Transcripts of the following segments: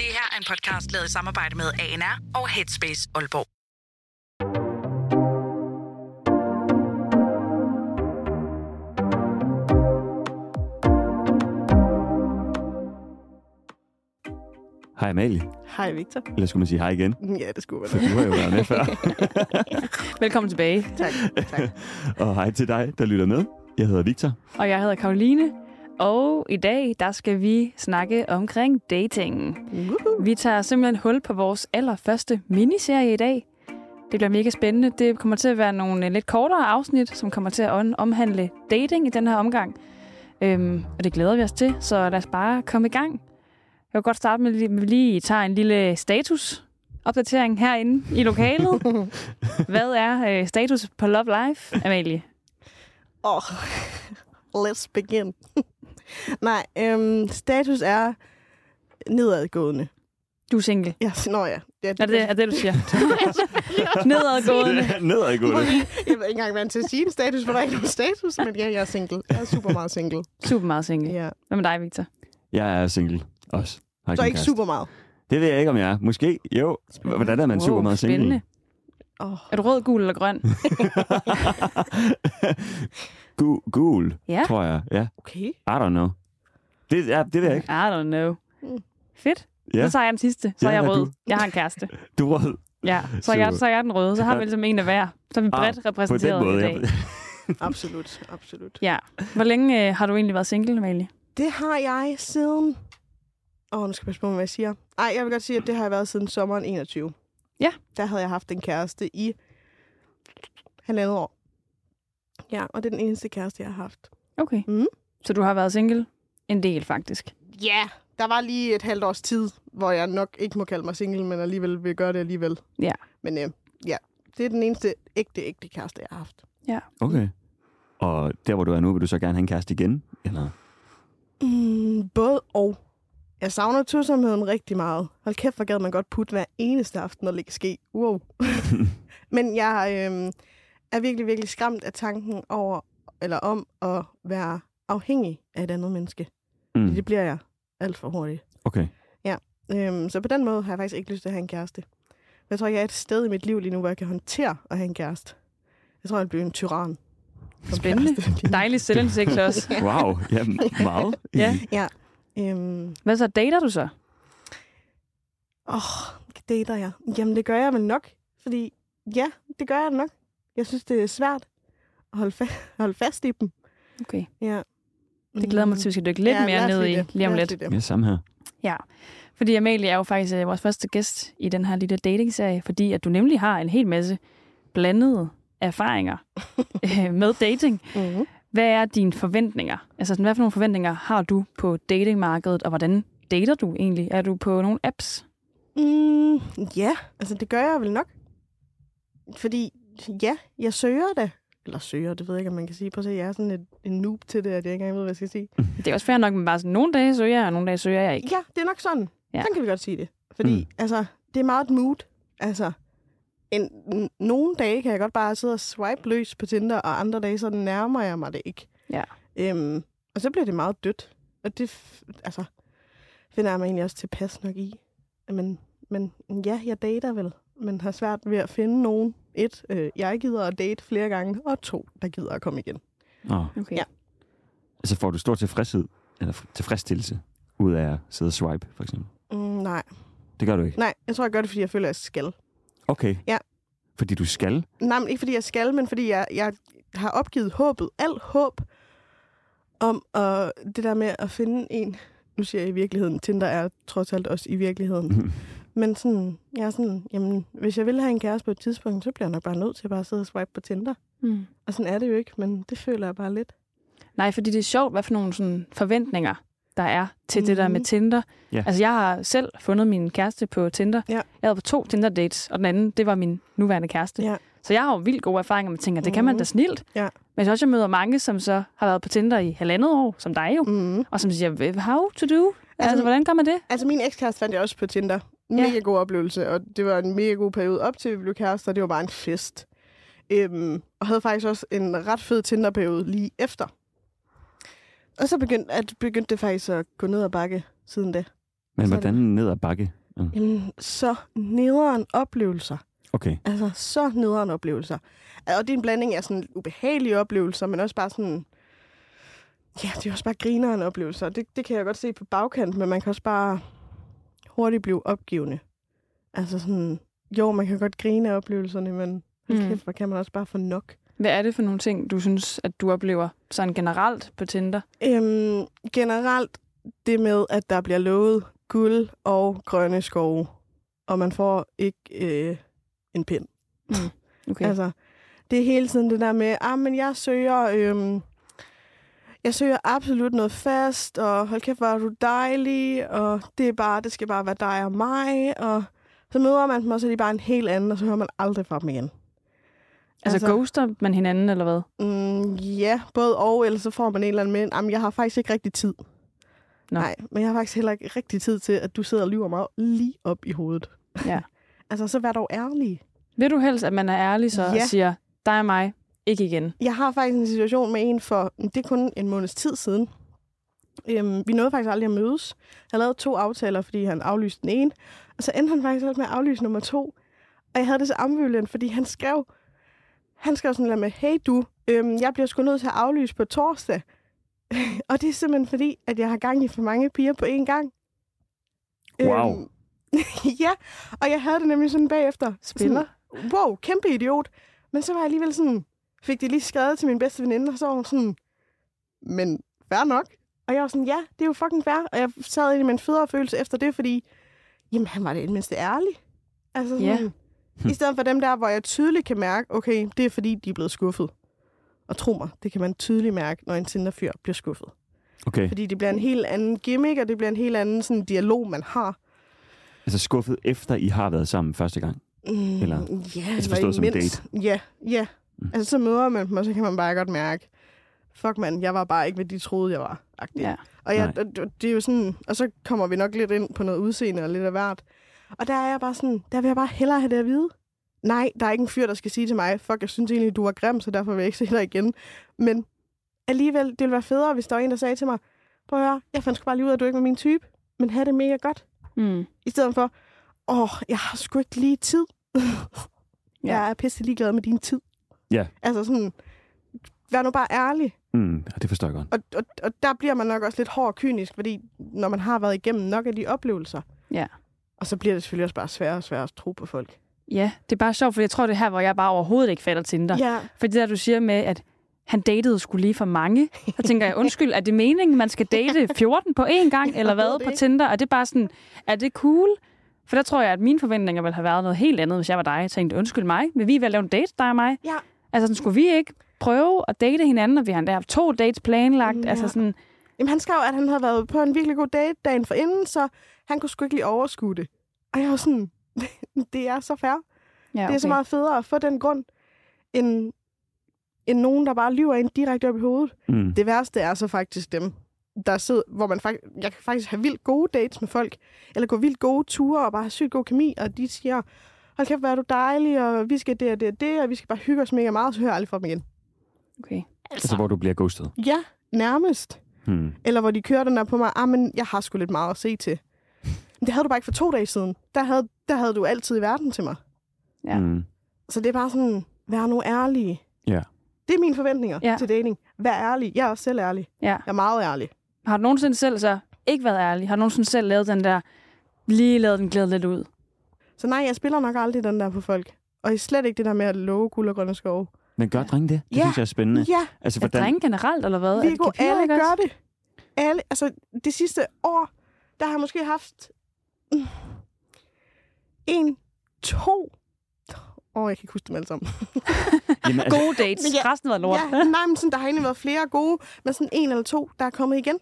Det her er en podcast lavet i samarbejde med ANR og Headspace Aalborg. Hej Amalie, Hej Victor. eller skulle man sige hej igen? Ja, det skulle være For du har jo været med før. Velkommen tilbage. Tak, tak. Og hej til dig, der lytter med. Jeg hedder Victor. Og jeg hedder Karoline. Og i dag, der skal vi snakke omkring dating. Woohoo. Vi tager simpelthen hul på vores allerførste miniserie i dag. Det bliver mega spændende. Det kommer til at være nogle øh, lidt kortere afsnit, som kommer til at on- omhandle dating i den her omgang. Øhm, og det glæder vi os til, så lad os bare komme i gang. Jeg vil godt starte med, at vi lige tager en lille status-opdatering herinde i lokalet. Hvad er øh, status på Love Life, Amalie? Oh, let's begin. Nej, øhm, status er nedadgående. Du er single. Ja, nå ja. ja Er det, er det du siger? Nedadgående. Nedadgående. Jeg ved ikke engang, hvad til at sige en status, for der er ikke nogen status, men ja, jeg er single. Jeg er super meget single. Super meget single. Ja. Hvad med dig, Victor? Jeg er single også. Har Så en ikke kæreste. super meget. Det ved jeg ikke, om jeg er. Måske. Jo. Hvordan er man super meget single? Spændende. Oh, Er du rød, gul eller grøn? Gu- gul, Ja. tror jeg. Ja. okay. I don't know. Det, ja, det ved jeg ikke. I don't know. Mm. Fedt. Ja. Så tager jeg den sidste. Så Ja, er jeg hvad er rød. du? Jeg har en kæreste. Du er rød. Ja, så er jeg, Super. så er jeg den røde. Så har vi ligesom en af hver. Så er vi Ah, bredt Altså, på den repræsenteret måde. i Jeg, dag. Absolut, absolut. Ja. Hvor længe øh, har du egentlig været single, Amalie? Det har jeg siden... Åh, oh, nu skal jeg passe på, hvad jeg siger. Ej, jeg vil godt sige, at det har jeg været siden sommeren 21. Ja. Der havde jeg haft en kæreste i halvandet år. Ja, og det er den eneste kæreste, jeg har haft. Okay. Mm. Så du har været single en del, faktisk. Ja, der var lige et halvt års tid, hvor jeg nok ikke må kalde mig single, men alligevel vil gøre det alligevel. Ja. Men øh, ja, det er den eneste ægte, ægte kæreste, jeg har haft. okay. Og der, hvor du er nu, vil du så gerne have en kæreste igen? Eller? Mm, både og. Jeg savner tosomheden rigtig meget. Hold kæft, hvor gad man godt putte hver eneste aften og ligge ske. Wow. Men jeg øh, er virkelig, virkelig skræmt af tanken over, eller om at være afhængig af et andet menneske. Mm. Mm. Det bliver jeg alt for hurtigt. Okay. Øhm, så på den måde har jeg faktisk ikke lyst til at have en kæreste. Men Jeg tror, jeg er et sted i mit liv lige nu, hvor jeg kan håndtere at have en kæreste. Jeg tror, jeg bliver en tyran. som Spændende. kæreste. Dejlig selvindsigt også. Wow. Ja, meget. Ja. øhm, Hvad så? Dater du så? Åh, oh, dater jeg? Jamen, det gør jeg vel nok. Fordi, ja, det gør jeg nok. Jeg synes, det er svært at holde, fa- holde fast i dem. Okay. Ja. Det glæder mig til, at vi skal dykke lidt Mm. Ja, lad mere os ned lige i det. lige om Lad os lidt. lige det. Ja, samme her. Fordi Amalie er jo faktisk øh, vores første gæst i den her lille datingserie, fordi at du nemlig har en hel masse blandede erfaringer øh, med dating. Mhm. Hvad er dine forventninger? Altså, sådan, hvad for nogle forventninger har du på datingmarkedet, og hvordan dater du egentlig? Er du på nogle apps? Mm, ja, altså det gør jeg vel nok. Fordi, ja, jeg søger det. Eller søger, det ved jeg ikke, om man kan sige. Prøv at se, jeg er sådan et, en noob til det, at jeg ikke engang ved, hvad jeg skal sige. Det er også fair nok, men bare sådan, nogle dage søger jeg, og nogle dage søger jeg ikke. Ja, det er nok sådan. Ja. Ja. Sådan kan vi godt sige det. Fordi Mm. mm. altså, det er meget et mood. Altså, en, n- nogle dage kan jeg godt bare sidde og swipe løs på Tinder, og andre dage så nærmer jeg mig det ikke. Ja. Øhm, og så bliver det meget dødt. Og det f- altså, finder jeg mig egentlig også tilpas nok i. Men, men ja, jeg dater vel, men har svært ved at finde nogen. Et, øh, jeg gider at date flere gange, og to, der gider at komme igen. Nå. Okay. Ja. Altså får du stor tilfredshed, eller f- tilfredsstillelse ud af at sidde og swipe, for eksempel? Mm, nej. Det gør du ikke? nej, jeg tror, jeg gør det, fordi jeg føler, at jeg skal. Okay. Ja. Fordi du skal? Nej, men ikke fordi jeg skal, men fordi jeg, jeg har opgivet håbet, alt håb, om at, det der med at finde en. Nu siger jeg i virkeligheden, Tinder er trods alt også i virkeligheden. men sådan, jeg er sådan, jamen, hvis jeg vil have en kæreste på et tidspunkt, så bliver jeg nok bare nødt til bare at sidde og swipe på Tinder. Mm. Og sådan er det jo ikke, men det føler jeg bare lidt. Nej, fordi det er sjovt, hvad for nogle sådan, forventninger der er til mm. det der med Mhm. Tinder. Ja. Altså, jeg har selv fundet min kæreste på Tinder. Ja. Jeg havde på to Tinder-dates, og den anden, det var min nuværende kæreste. Ja. Så jeg har jo vildt gode erfaringer med tænker, det kan man da Mhm. snilt. Ja. Men så også, jeg møder mange, som så har været på Tinder i halvandet år, som dig jo, mm. Mm. og som siger, "Hvad- how to do? Altså, Altså, hvordan gør man det? Altså, min ekskæreste fandt jeg også på Tinder. Mega god oplevelse, og det var en mega god periode op til, vi blev kærester. Det var bare en fest. Øhm, og havde faktisk også en ret fed Tinder-periode lige efter. Og så begyndte, at begyndte det faktisk at gå ned ad bakke siden det. Men Så er det- hvordan ned ad bakke? Jamen, så nederen oplevelser. Okay. Altså, så nederen oplevelser. Og det er en blanding af sådan ubehagelige oplevelser, men også bare sådan... Ja, det er også bare grineren oplevelser. Og Det, det kan jeg godt se på bagkant, men man kan også bare hurtigt blive opgivende. Altså sådan... Jo, man kan godt grine af oplevelserne, men hold Mm. kæft, hvor kan man også bare få nok. Hvad er det for nogle ting, du synes, at du oplever sådan generelt på Tinder? Øhm, generelt det med, at der bliver lovet guld og grønne skove, og man får ikke øh, en pind. Okay. Okay. Altså, Altså, det er hele tiden det der med, ah, men jeg søger, øhm, jeg søger absolut noget fast, og hold kæft, hvor er du dejlig, og det, er bare, det skal bare være dig og mig, og så møder man dem, og så er de bare en helt anden, og så hører man aldrig fra dem igen. altså, altså ghoster man hinanden, eller hvad? Mm, ja, både og, eller så får man en eller anden med, jamen, jeg har faktisk ikke rigtig tid. Nå. Nej, men jeg har faktisk heller ikke rigtig tid til, at du sidder og lyver mig lige op i hovedet. Ja. altså, så vær dog ærlig. Vil du helst, at man er ærlig så Ja. og siger, dig og mig, ikke igen? Jeg har faktisk en situation med en for, mm, det er kun en måneds tid siden. Øhm, vi nåede faktisk aldrig at mødes. Jeg lavede to aftaler, fordi han aflyste den ene. Og så endte han faktisk også med at aflyse nummer to. Og jeg havde det så ambivalent, fordi han skrev, han skrev sådan noget med, hey du, øhm, jeg bliver sgu nødt til at aflyse på torsdag. og det er simpelthen fordi, at jeg har gang i for mange piger på én gang. Wow. Øhm, ja, og jeg havde det nemlig sådan bagefter. Spiller. Sådan, wow, kæmpe idiot. Men så var jeg alligevel sådan, fik det lige skrevet til min bedste veninde, og så var hun sådan, men fair nok. Og jeg var sådan, ja, det er jo fucking fair. Og jeg sad egentlig med en federe følelse efter det, fordi, jamen han var det i det mindste ærlig. Altså sådan, Ja. i stedet for dem der, hvor jeg tydeligt kan mærke, okay, det er fordi, de er blevet skuffet. Og tro mig, det kan man tydeligt mærke, når en Tinder-fyr bliver skuffet. Okay. Fordi det bliver en helt anden gimmick, og det bliver en helt anden sådan, dialog, man har. Altså skuffet efter I har været sammen første gang. Mm, Eller- ja, altså eller forstået som en imens. Ja, ja. Mm. Altså, så møder man dem, og så kan man bare godt mærke, fuck mand, jeg var bare ikke, hvad de troede, jeg var. Ja. Ja. Og, jeg, Nej. og det- det er jo sådan, og så kommer vi nok lidt ind på noget udseende og lidt af hvert. Og der er jeg bare sådan, der vil jeg bare hellere have det at vide. Nej, der er ikke en fyr, der skal sige til mig, fuck, jeg synes egentlig, du var grim, så derfor vil jeg ikke se dig igen. Men alligevel, det ville være federe, hvis der var en, der sagde til mig, prøv at høre, jeg fandt sgu bare lige ud af, at du ikke var min type, men have det mega godt. Mm. I stedet for, åh, oh, jeg har sgu ikke lige tid. Ja. Jeg er pisse ligeglad med din tid. Ja. Altså sådan, vær nu bare ærlig. Mm, ja, det forstår jeg godt. Og, og, og der bliver man nok også lidt hård og kynisk, fordi når man har været igennem nok af de oplevelser. Ja. Og så bliver det selvfølgelig også bare sværere og sværere at tro på folk. ja, det er bare sjovt, for jeg tror, det er her, hvor jeg bare overhovedet ikke fatter Tinder. Ja. For det der, du siger med, at han datede skulle lige for mange. Så tænker jeg, undskyld, er det meningen, man skal date 14 på én gang, eller ved hvad, det på ikke. Tinder? Er det bare sådan, er det cool? For der tror jeg, at mine forventninger ville have været noget helt andet, hvis jeg var dig. Jeg tænkte, undskyld mig, vil vi være lave en date, dig og mig? Ja. Altså, sådan, skulle vi ikke prøve at date hinanden, og vi har endda haft to dates planlagt? Ja. Ja. Altså sådan, Jamen, han skrev, at han havde været på en virkelig god date dagen forinden, så han kunne sgu ikke lige overskue det. Og jeg var sådan, det er så fair. ja, okay. Det er så meget federe at få den grund, end, end nogen, der bare lyver ind direkte op i hovedet. Mm. Det værste er så faktisk dem, der sidder, hvor man faktisk, jeg kan faktisk have vildt gode dates med folk, eller gå vildt gode ture og bare have sygt god kemi, og de siger, hold kæft, hvor er du dejlig, og vi skal det og det og det, og vi skal bare hygge os mega meget, og så hører jeg aldrig fra dem igen. Okay. Altså, hvor du bliver ghostet. Ja, nærmest. Mm. Eller hvor de kører den der på mig, ah, men jeg har sgu lidt meget at se til. Men det havde du bare ikke for to dage siden. Der havde, der havde du altid i verden til mig. Ja. Mm. Så det er bare sådan, vær nu ærlige. Ja. Det er mine forventninger ja. Ja. til dating. Vær ærlig. Jeg er også selv ærlig. Ja. Jeg er meget ærlig. Har du nogensinde selv så ikke været ærlig? Har du nogensinde selv lavet den der, lige lavet den glæde lidt ud? Så nej, jeg spiller nok aldrig den der på folk. Og slet ikke det der med at love guld og grønne skove. Men gør drenge det? Det Ja. synes jeg er spændende. Ja, Altså, Er hvordan... drenge generelt, eller hvad? Er det- Viggo, kan piger alle ikke også? gør det. Alle, altså, det sidste år, der har jeg måske haft mm, en, to, åh, oh, jeg kan ikke huske dem alle sammen. Jamen, altså, Gode dates. Men Ja. Resten var lort. Ja, nej, men sådan, der har egentlig været flere gode, men sådan en eller to, der er kommet igen.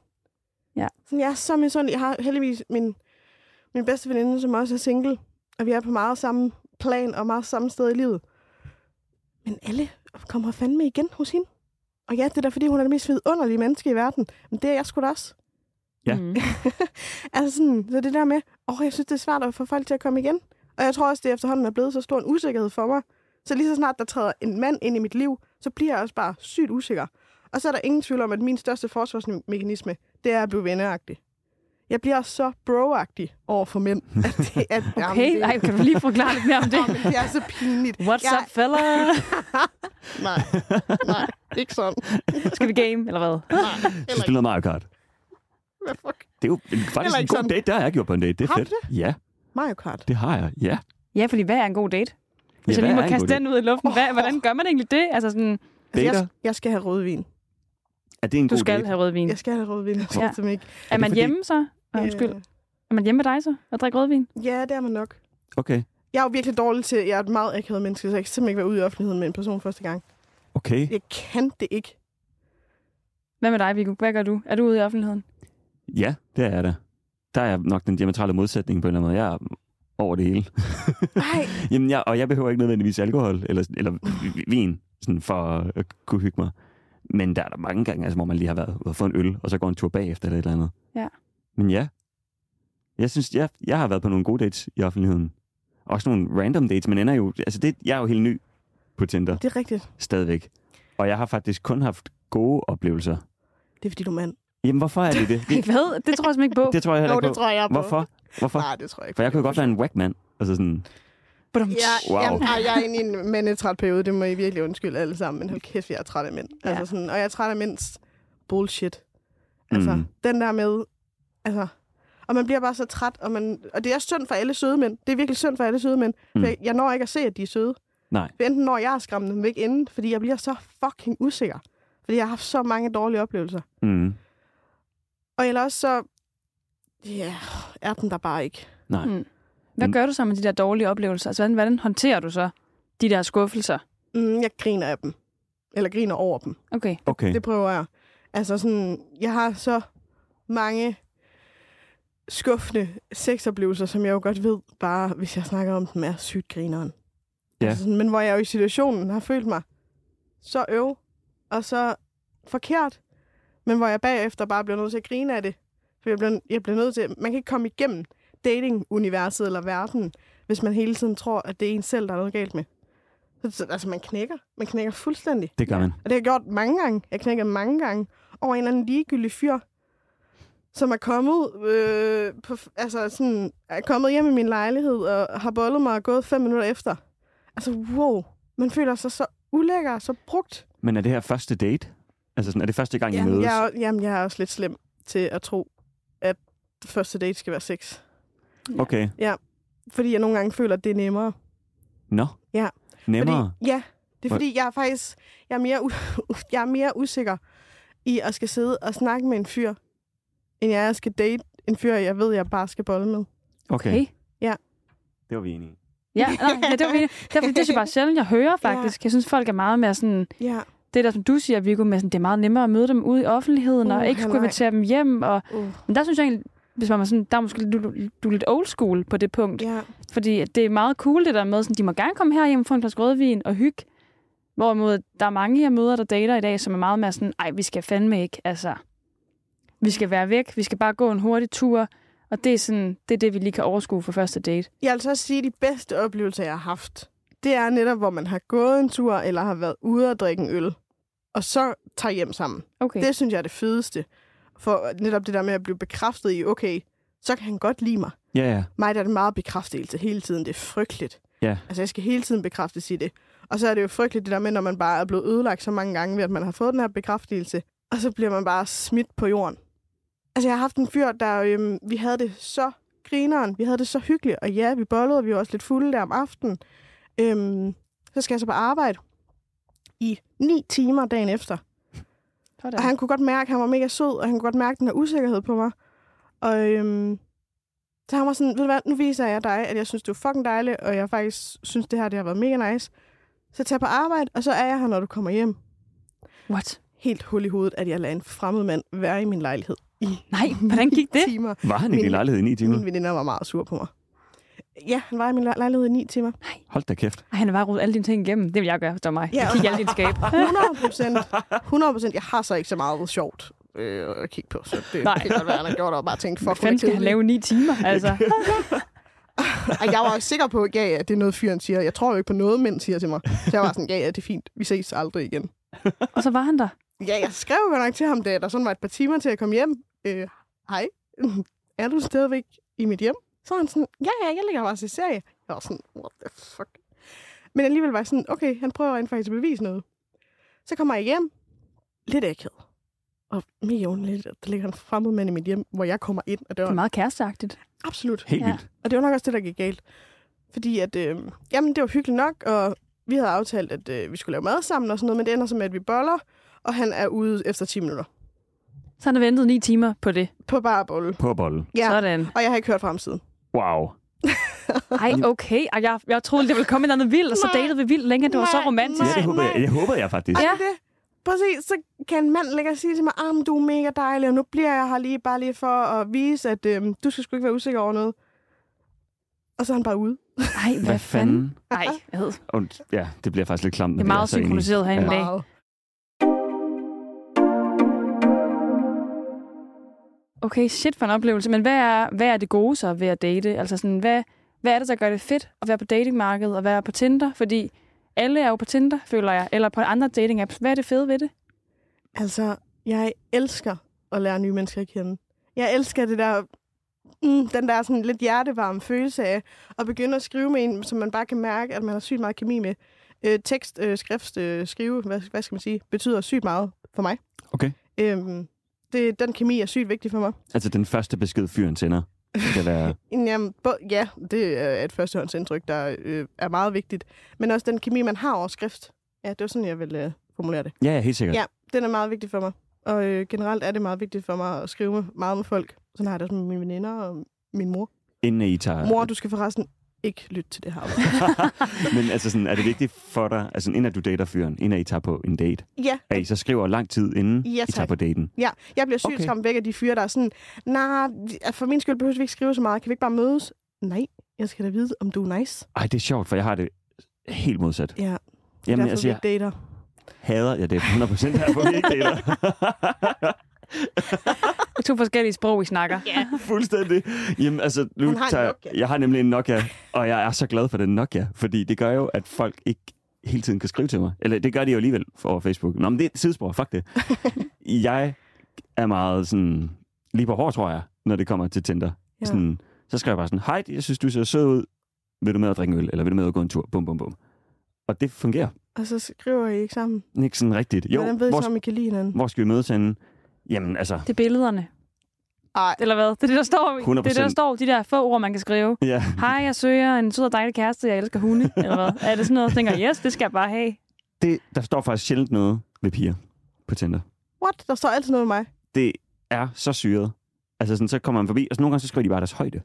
Ja. Sådan, jeg er så misundelig. Jeg har heldigvis min, min bedste veninde, som også er single, og vi er på meget samme plan og meget samme sted i livet. Men alle kommer fandme igen hos hende. Og ja, det er da, fordi hun er det mest vidunderlige menneske i verden. Men det er jeg sgu da også. Ja. Mm. Altså sådan, så det der med, åh, jeg synes, det er svært at få folk til at komme igen. Og jeg tror også, det efterhånden er blevet så stor en usikkerhed for mig. Så lige så snart der træder en mand ind i mit liv, så bliver jeg også bare sygt usikker. Og så er der ingen tvivl om, at min største forsvarsmekanisme, det er at blive venneagtig. Jeg bliver så broagtig over for mænd. At det, at, Okay, det, nej, kan du lige forklare lidt mere om det? jamen, det er så pinligt. What's Jeg- up, fella? Nej, nej, ikke sådan. Skal vi game, eller hvad? Nej, Så heller spiller ikke. Mario Kart. Hvad fuck? Det er jo en- faktisk Heller en ikke god sådan. date, der har jeg gjort på en date. Det er Har du fedt. Ja, Mario Kart. det har jeg. Ja. Ja, fordi hvad er en god date? Hvis Ja, ja, jeg hvad lige er må en kaste god den ud i luften, hvad, hvordan gør man egentlig det? Altså sådan, Altså, jeg, Dater? jeg skal have rødvin. Er det en du god skal date? have rødvin. Jeg skal have rødvin. Jeg skal Ja. ja. ikke. Er man fordi- hjemme så? Oh, undskyld. Øh, Er man hjemme med dig så og drikke rødvin? Ja, det er man nok. Okay, Jeg er jo virkelig dårlig til, jeg er et meget akavet menneske, så jeg kan simpelthen ikke være ude i offentligheden med en person første gang. okay. Jeg kan det ikke. Hvad med dig, Viggo? Hvad gør du? Er du ude i offentligheden? Ja, det er jeg da. Der er jeg nok den diametrale modsætning på en eller anden måde. Jeg er over det hele. Nej, Jamen, jeg, og jeg behøver ikke nødvendigvis alkohol eller, eller vi- vin sådan for at kunne hygge mig. Men der er der mange gange, altså, hvor man lige har været ude og få en øl, og så går en tur bagefter eller et eller andet. Ja. Men ja, jeg synes, jeg, jeg har været på nogle gode dates i offentligheden. Også nogle random dates, men ender jo... Altså, det, jeg er jo helt ny på Tinder det er rigtigt. stadigvæk. Og jeg har faktisk kun haft gode oplevelser. Det er fordi, du er mand. Jamen, hvorfor er det det? Det, Hvad? Det tror jeg simpelthen ikke på. det tror jeg heller Jo, ikke det på. tror jeg på. Hvorfor? Hvorfor? Nej, det tror jeg ikke. For jeg kunne godt være en whack man. Altså sådan, Badum. Ja, Wow. wow. jamen, ej, jeg er inde i en mandetræt periode, det må I virkelig undskylde alle sammen, men hold kæft, jeg er træt af mænd. Ja. Ja. Altså sådan, og jeg er træt af mænds bullshit. Altså, Mm. mm. den der med, altså, og man bliver bare så træt, og, man, og det er synd for alle søde mænd. Det er virkelig synd for alle søde mænd. Mm. Mm. For jeg, jeg når ikke at se, at de er søde. nej. For enten når jeg har skræmt dem væk inden, fordi jeg bliver så fucking usikker. Fordi jeg har haft så mange dårlige oplevelser. Mm, Og ellers så, ja, er den der bare ikke. nej. Mm. Hvad gør du så med de der dårlige oplevelser? Altså, hvordan, hvordan håndterer du så de der skuffelser? Mm, jeg griner af dem. Eller griner over dem. Okay. Okay. Det prøver jeg. Altså sådan, jeg har så mange skuffende sexoplevelser, som jeg jo godt ved, bare hvis jeg snakker om dem, er sygt grineren. Ja. Altså sådan, men hvor jeg jo i situationen har følt mig så øv og så forkert, men hvor jeg bagefter bare bliver nødt til at grine af det. For jeg bliver, jeg bliver nødt til, man kan ikke komme igennem dating-universet eller verden, hvis man hele tiden tror, at det er en selv, der er noget galt med. Så- Så, altså, man knækker. Man knækker fuldstændig. Det gør man. Og det har jeg gjort mange gange. Jeg knækkede mange gange over en eller anden ligegyldig fyr, som er kommet, øh, på, f- altså sådan, er kommet hjem i min lejlighed og har bollet mig og gået fem minutter efter. Altså, wow. Man føler sig så ulækker og så brugt. Men er det her første date? Altså sådan, er det første gang, I Jamen mødes? jeg, er, jo- jamen, jeg er også lidt slem til at tro, at det første date skal være sex. Okay. Fordi jeg nogle gange føler, at det er nemmere. Nå. Ja. Nemmere? Fordi, ja, det er Hvor- fordi, jeg er faktisk jeg er mere, u- jeg er mere usikker i at skal sidde og snakke med en fyr, end jeg er at skal date en fyr, jeg ved, jeg bare skal bolle med. Okay. Hey. Det var vi enige i. Ja, nej, ja, det, var, det, det, det synes jeg bare sjældent, jeg hører faktisk. Jeg synes, folk er meget mere sådan... Ja. Det der, som du siger, Viggo, med sådan, det er meget nemmere at møde dem ude i offentligheden, og Uha, ikke skulle nej. invitere dem hjem. Og, Uh. men der synes jeg egentlig, hvis man var sådan, der er måske lidt- du, du er lidt old school på det punkt. ja. Fordi at det er meget cool, det der med, sådan, de må gerne komme herhjem og få en glas rødvin og hygge. Hvorimod, der er mange, jeg møder, der dater i dag, som er meget mere sådan, ej, vi skal fandme ikke, altså. Vi skal være væk, vi skal bare gå en hurtig tur. Og det er sådan, det er det, vi lige kan overskue for første date. Jeg vil så også sige, at de bedste oplevelser, jeg har haft, det er netop, hvor man har gået en tur, eller har været ude og drikke en øl, og så tager hjem sammen. Okay. Det synes jeg er det fedeste. For netop det der med at blive bekræftet i, okay, så kan han godt lide mig. Ja, ja. mig der er det meget bekræftelse hele tiden. Det er frygteligt. Ja. Altså, jeg skal hele tiden bekræftes i det. Og så er det jo frygteligt det der med, når man bare er blevet ødelagt så mange gange ved, at man har fået den her bekræftelse. Og så bliver man bare smidt på jorden. Altså, jeg har haft en fyr, der... Øhm, vi havde det så grineren. Vi havde det så hyggeligt. Og ja, vi bollede, og vi var også lidt fulde der om aftenen. Øhm, så skal jeg så på arbejde i ni timer dagen efter. Og han kunne godt mærke, at han var mega sød, og han kunne godt mærke den her usikkerhed på mig. Og øhm, så han var sådan, ved du hvad, nu viser jeg dig, at jeg synes, du er fucking dejlig, og jeg faktisk synes, det her det har været mega nice. Så tag på arbejde, og så er jeg her, når du kommer hjem. What? Helt hul i hovedet, at jeg lader en fremmed mand være i min lejlighed i Nej, hvordan gik det? timer. Var han i Min- din lejlighed i ni timer? Min veninder var meget sur på mig. Ja, han var i min lej- lejlighed i ni timer. Hold da kæft. Ej, han har bare rodet alle dine ting igennem. Det vil jeg gøre, hvis det var mig. Ja, Jeg kigger i alle dine skab. 100 procent. 100 procent. Jeg har så ikke så meget sjovt øh, at kigge på, så det Nej. Nej. kan godt være, han har gjort, og bare tænkt, Hvad fuck, hun er fanden skal han kedelig. lave i ni timer? Altså, Og jeg var også sikker på, ja, ja, det er noget, fyren siger. Jeg tror jo ikke på noget, mænd siger til mig. Så jeg var sådan, ja, ja, det er fint. Vi ses aldrig igen. og så var han der. Ja, jeg skrev jo godt nok til ham, da der sådan var et par timer til at komme hjem. Øh, hej. er du stadigvæk i mit hjem? Så er han sådan, ja, ja, jeg ligger bare og ser serie. Jeg var sådan, what the fuck? Men alligevel var jeg sådan, okay, han prøver rent faktisk at bevise noget. Så kommer jeg hjem, lidt akavet. Og mega underligt, at der ligger en fremmed mand i mit hjem, hvor jeg kommer ind ad Det er døren. meget kæresteagtigt. Absolut. Helt Ja. vildt. Og det var nok også det, der gik galt. Fordi at, øh, jamen, det var hyggeligt nok, og vi havde aftalt, at øh, vi skulle lave mad sammen og sådan noget, men det ender så med, at vi boller, og han er ude efter 10 minutter Så han har ventet ni timer på det. på bare at bolle. På bolden. Ja, Sådan. og jeg har ikke hørt fra ham siden. Wow. Ej, okay. Ej, jeg, jeg troede, det ville komme et eller andet vildt, og så Nej. datede vi vildt længe. Det var så Nej, romantisk. Ja, det nej. håber jeg, det håber jeg faktisk. Og Ja. ja. det, præcis, så kan en mand lægge og sige til mig, ah, men du er mega dejlig, og nu bliver jeg her lige bare lige for at vise, at øh, du skal sgu ikke være usikker over noget. Og så er han bare ude. Ej, Hvad fanden? Ej, jeg ved. Og, ja, det altså bliver faktisk lidt klamt. når Det er meget så enig. synkroniseret herinde i dag. Meget. Okay, shit for en oplevelse. Men hvad er, hvad er det gode så ved at date? Altså sådan, hvad, hvad er det, der gør det fedt at være på datingmarkedet og være på Tinder? Fordi alle er jo på Tinder, føler jeg, eller på andre dating-apps. Hvad er det fede ved det? Altså, jeg elsker at lære nye mennesker at kende. Jeg elsker det der, mm, den der sådan lidt hjertevarme følelse af at begynde at skrive med en, som man bare kan mærke, at man har sygt meget kemi med. Øh, tekst, øh, skrift, øh, skrive, hvad, hvad skal man sige, betyder sygt meget for mig. Okay. Øhm, det, den kemi er sygt vigtig for mig. Altså den første besked, fyren sender, skal være... Jamen, bo, ja, det er et førstehåndsindtryk, der øh, er meget vigtigt. Men også den kemi, man har over skrift. Ja, det var sådan, jeg ville øh, formulere det. Ja, ja, helt sikkert. Ja, den er meget vigtig for mig. Og øh, generelt er det meget vigtigt for mig at skrive med- meget med folk. Sådan har jeg det også med mine veninder og min mor. Inden I tager... Mor, du skal forresten ikke lytte til det her. Men altså sådan, er det vigtigt for dig, altså inden at du dater fyren, inden I tager på en date, ja, at I så skriver lang tid inden Ja, I tager tak. på daten? ja. Jeg bliver sygt Okay. okay. skræmt væk af de fyre, der er sådan, nej, nah, for min skyld behøver vi ikke skrive så meget. Kan vi ikke bare mødes? Nej, jeg skal da vide, om du er nice. Ej, det er sjovt, for jeg har det helt modsat. Ja, det er Jamen, derfor, altså, vi jeg ikke dater. hader... Ja, det er 100% derfor, vi ikke dater. Det er to forskellige sprog, vi snakker. Ja. Fuldstændig. Jamen, altså, nu Han har en tager, Nokia. jeg har nemlig en Nokia, og jeg er så glad for den Nokia, fordi det gør jo, at folk ikke hele tiden kan skrive til mig. Eller det gør de jo alligevel over Facebook. Nå, men det er et sidespor, fuck det. jeg er meget sådan, lige på hår, tror jeg, når det kommer til Tinder. Ja. Ja. Sådan, så skriver jeg bare sådan, hej, jeg synes, du ser sød ud. Vil du med at drikke en øl, eller vil du med at gå en tur? Bum, bum, bum. Og det fungerer Og så skriver I ikke sammen. ikke sådan rigtigt. Jo, Hvordan ved I hvor, så, om I kan lide hinanden? hvor skal vi mødes henne? Jamen, altså, Det er billederne, Ej, eller hvad? Det er det, der står. Det er det, der 100%. står. De der få ord, man kan skrive. ja. Hej, jeg søger en sød og dejlig kæreste, jeg elsker hunde, eller hvad? Er det sådan noget, jeg tænker, yes, det skal jeg bare have. Det, der står faktisk sjældent noget ved piger på Tinder. what? Der står altid noget med mig. det er så syret. Altså sådan, så kommer man forbi, og så nogle gange så skriver de bare deres højde.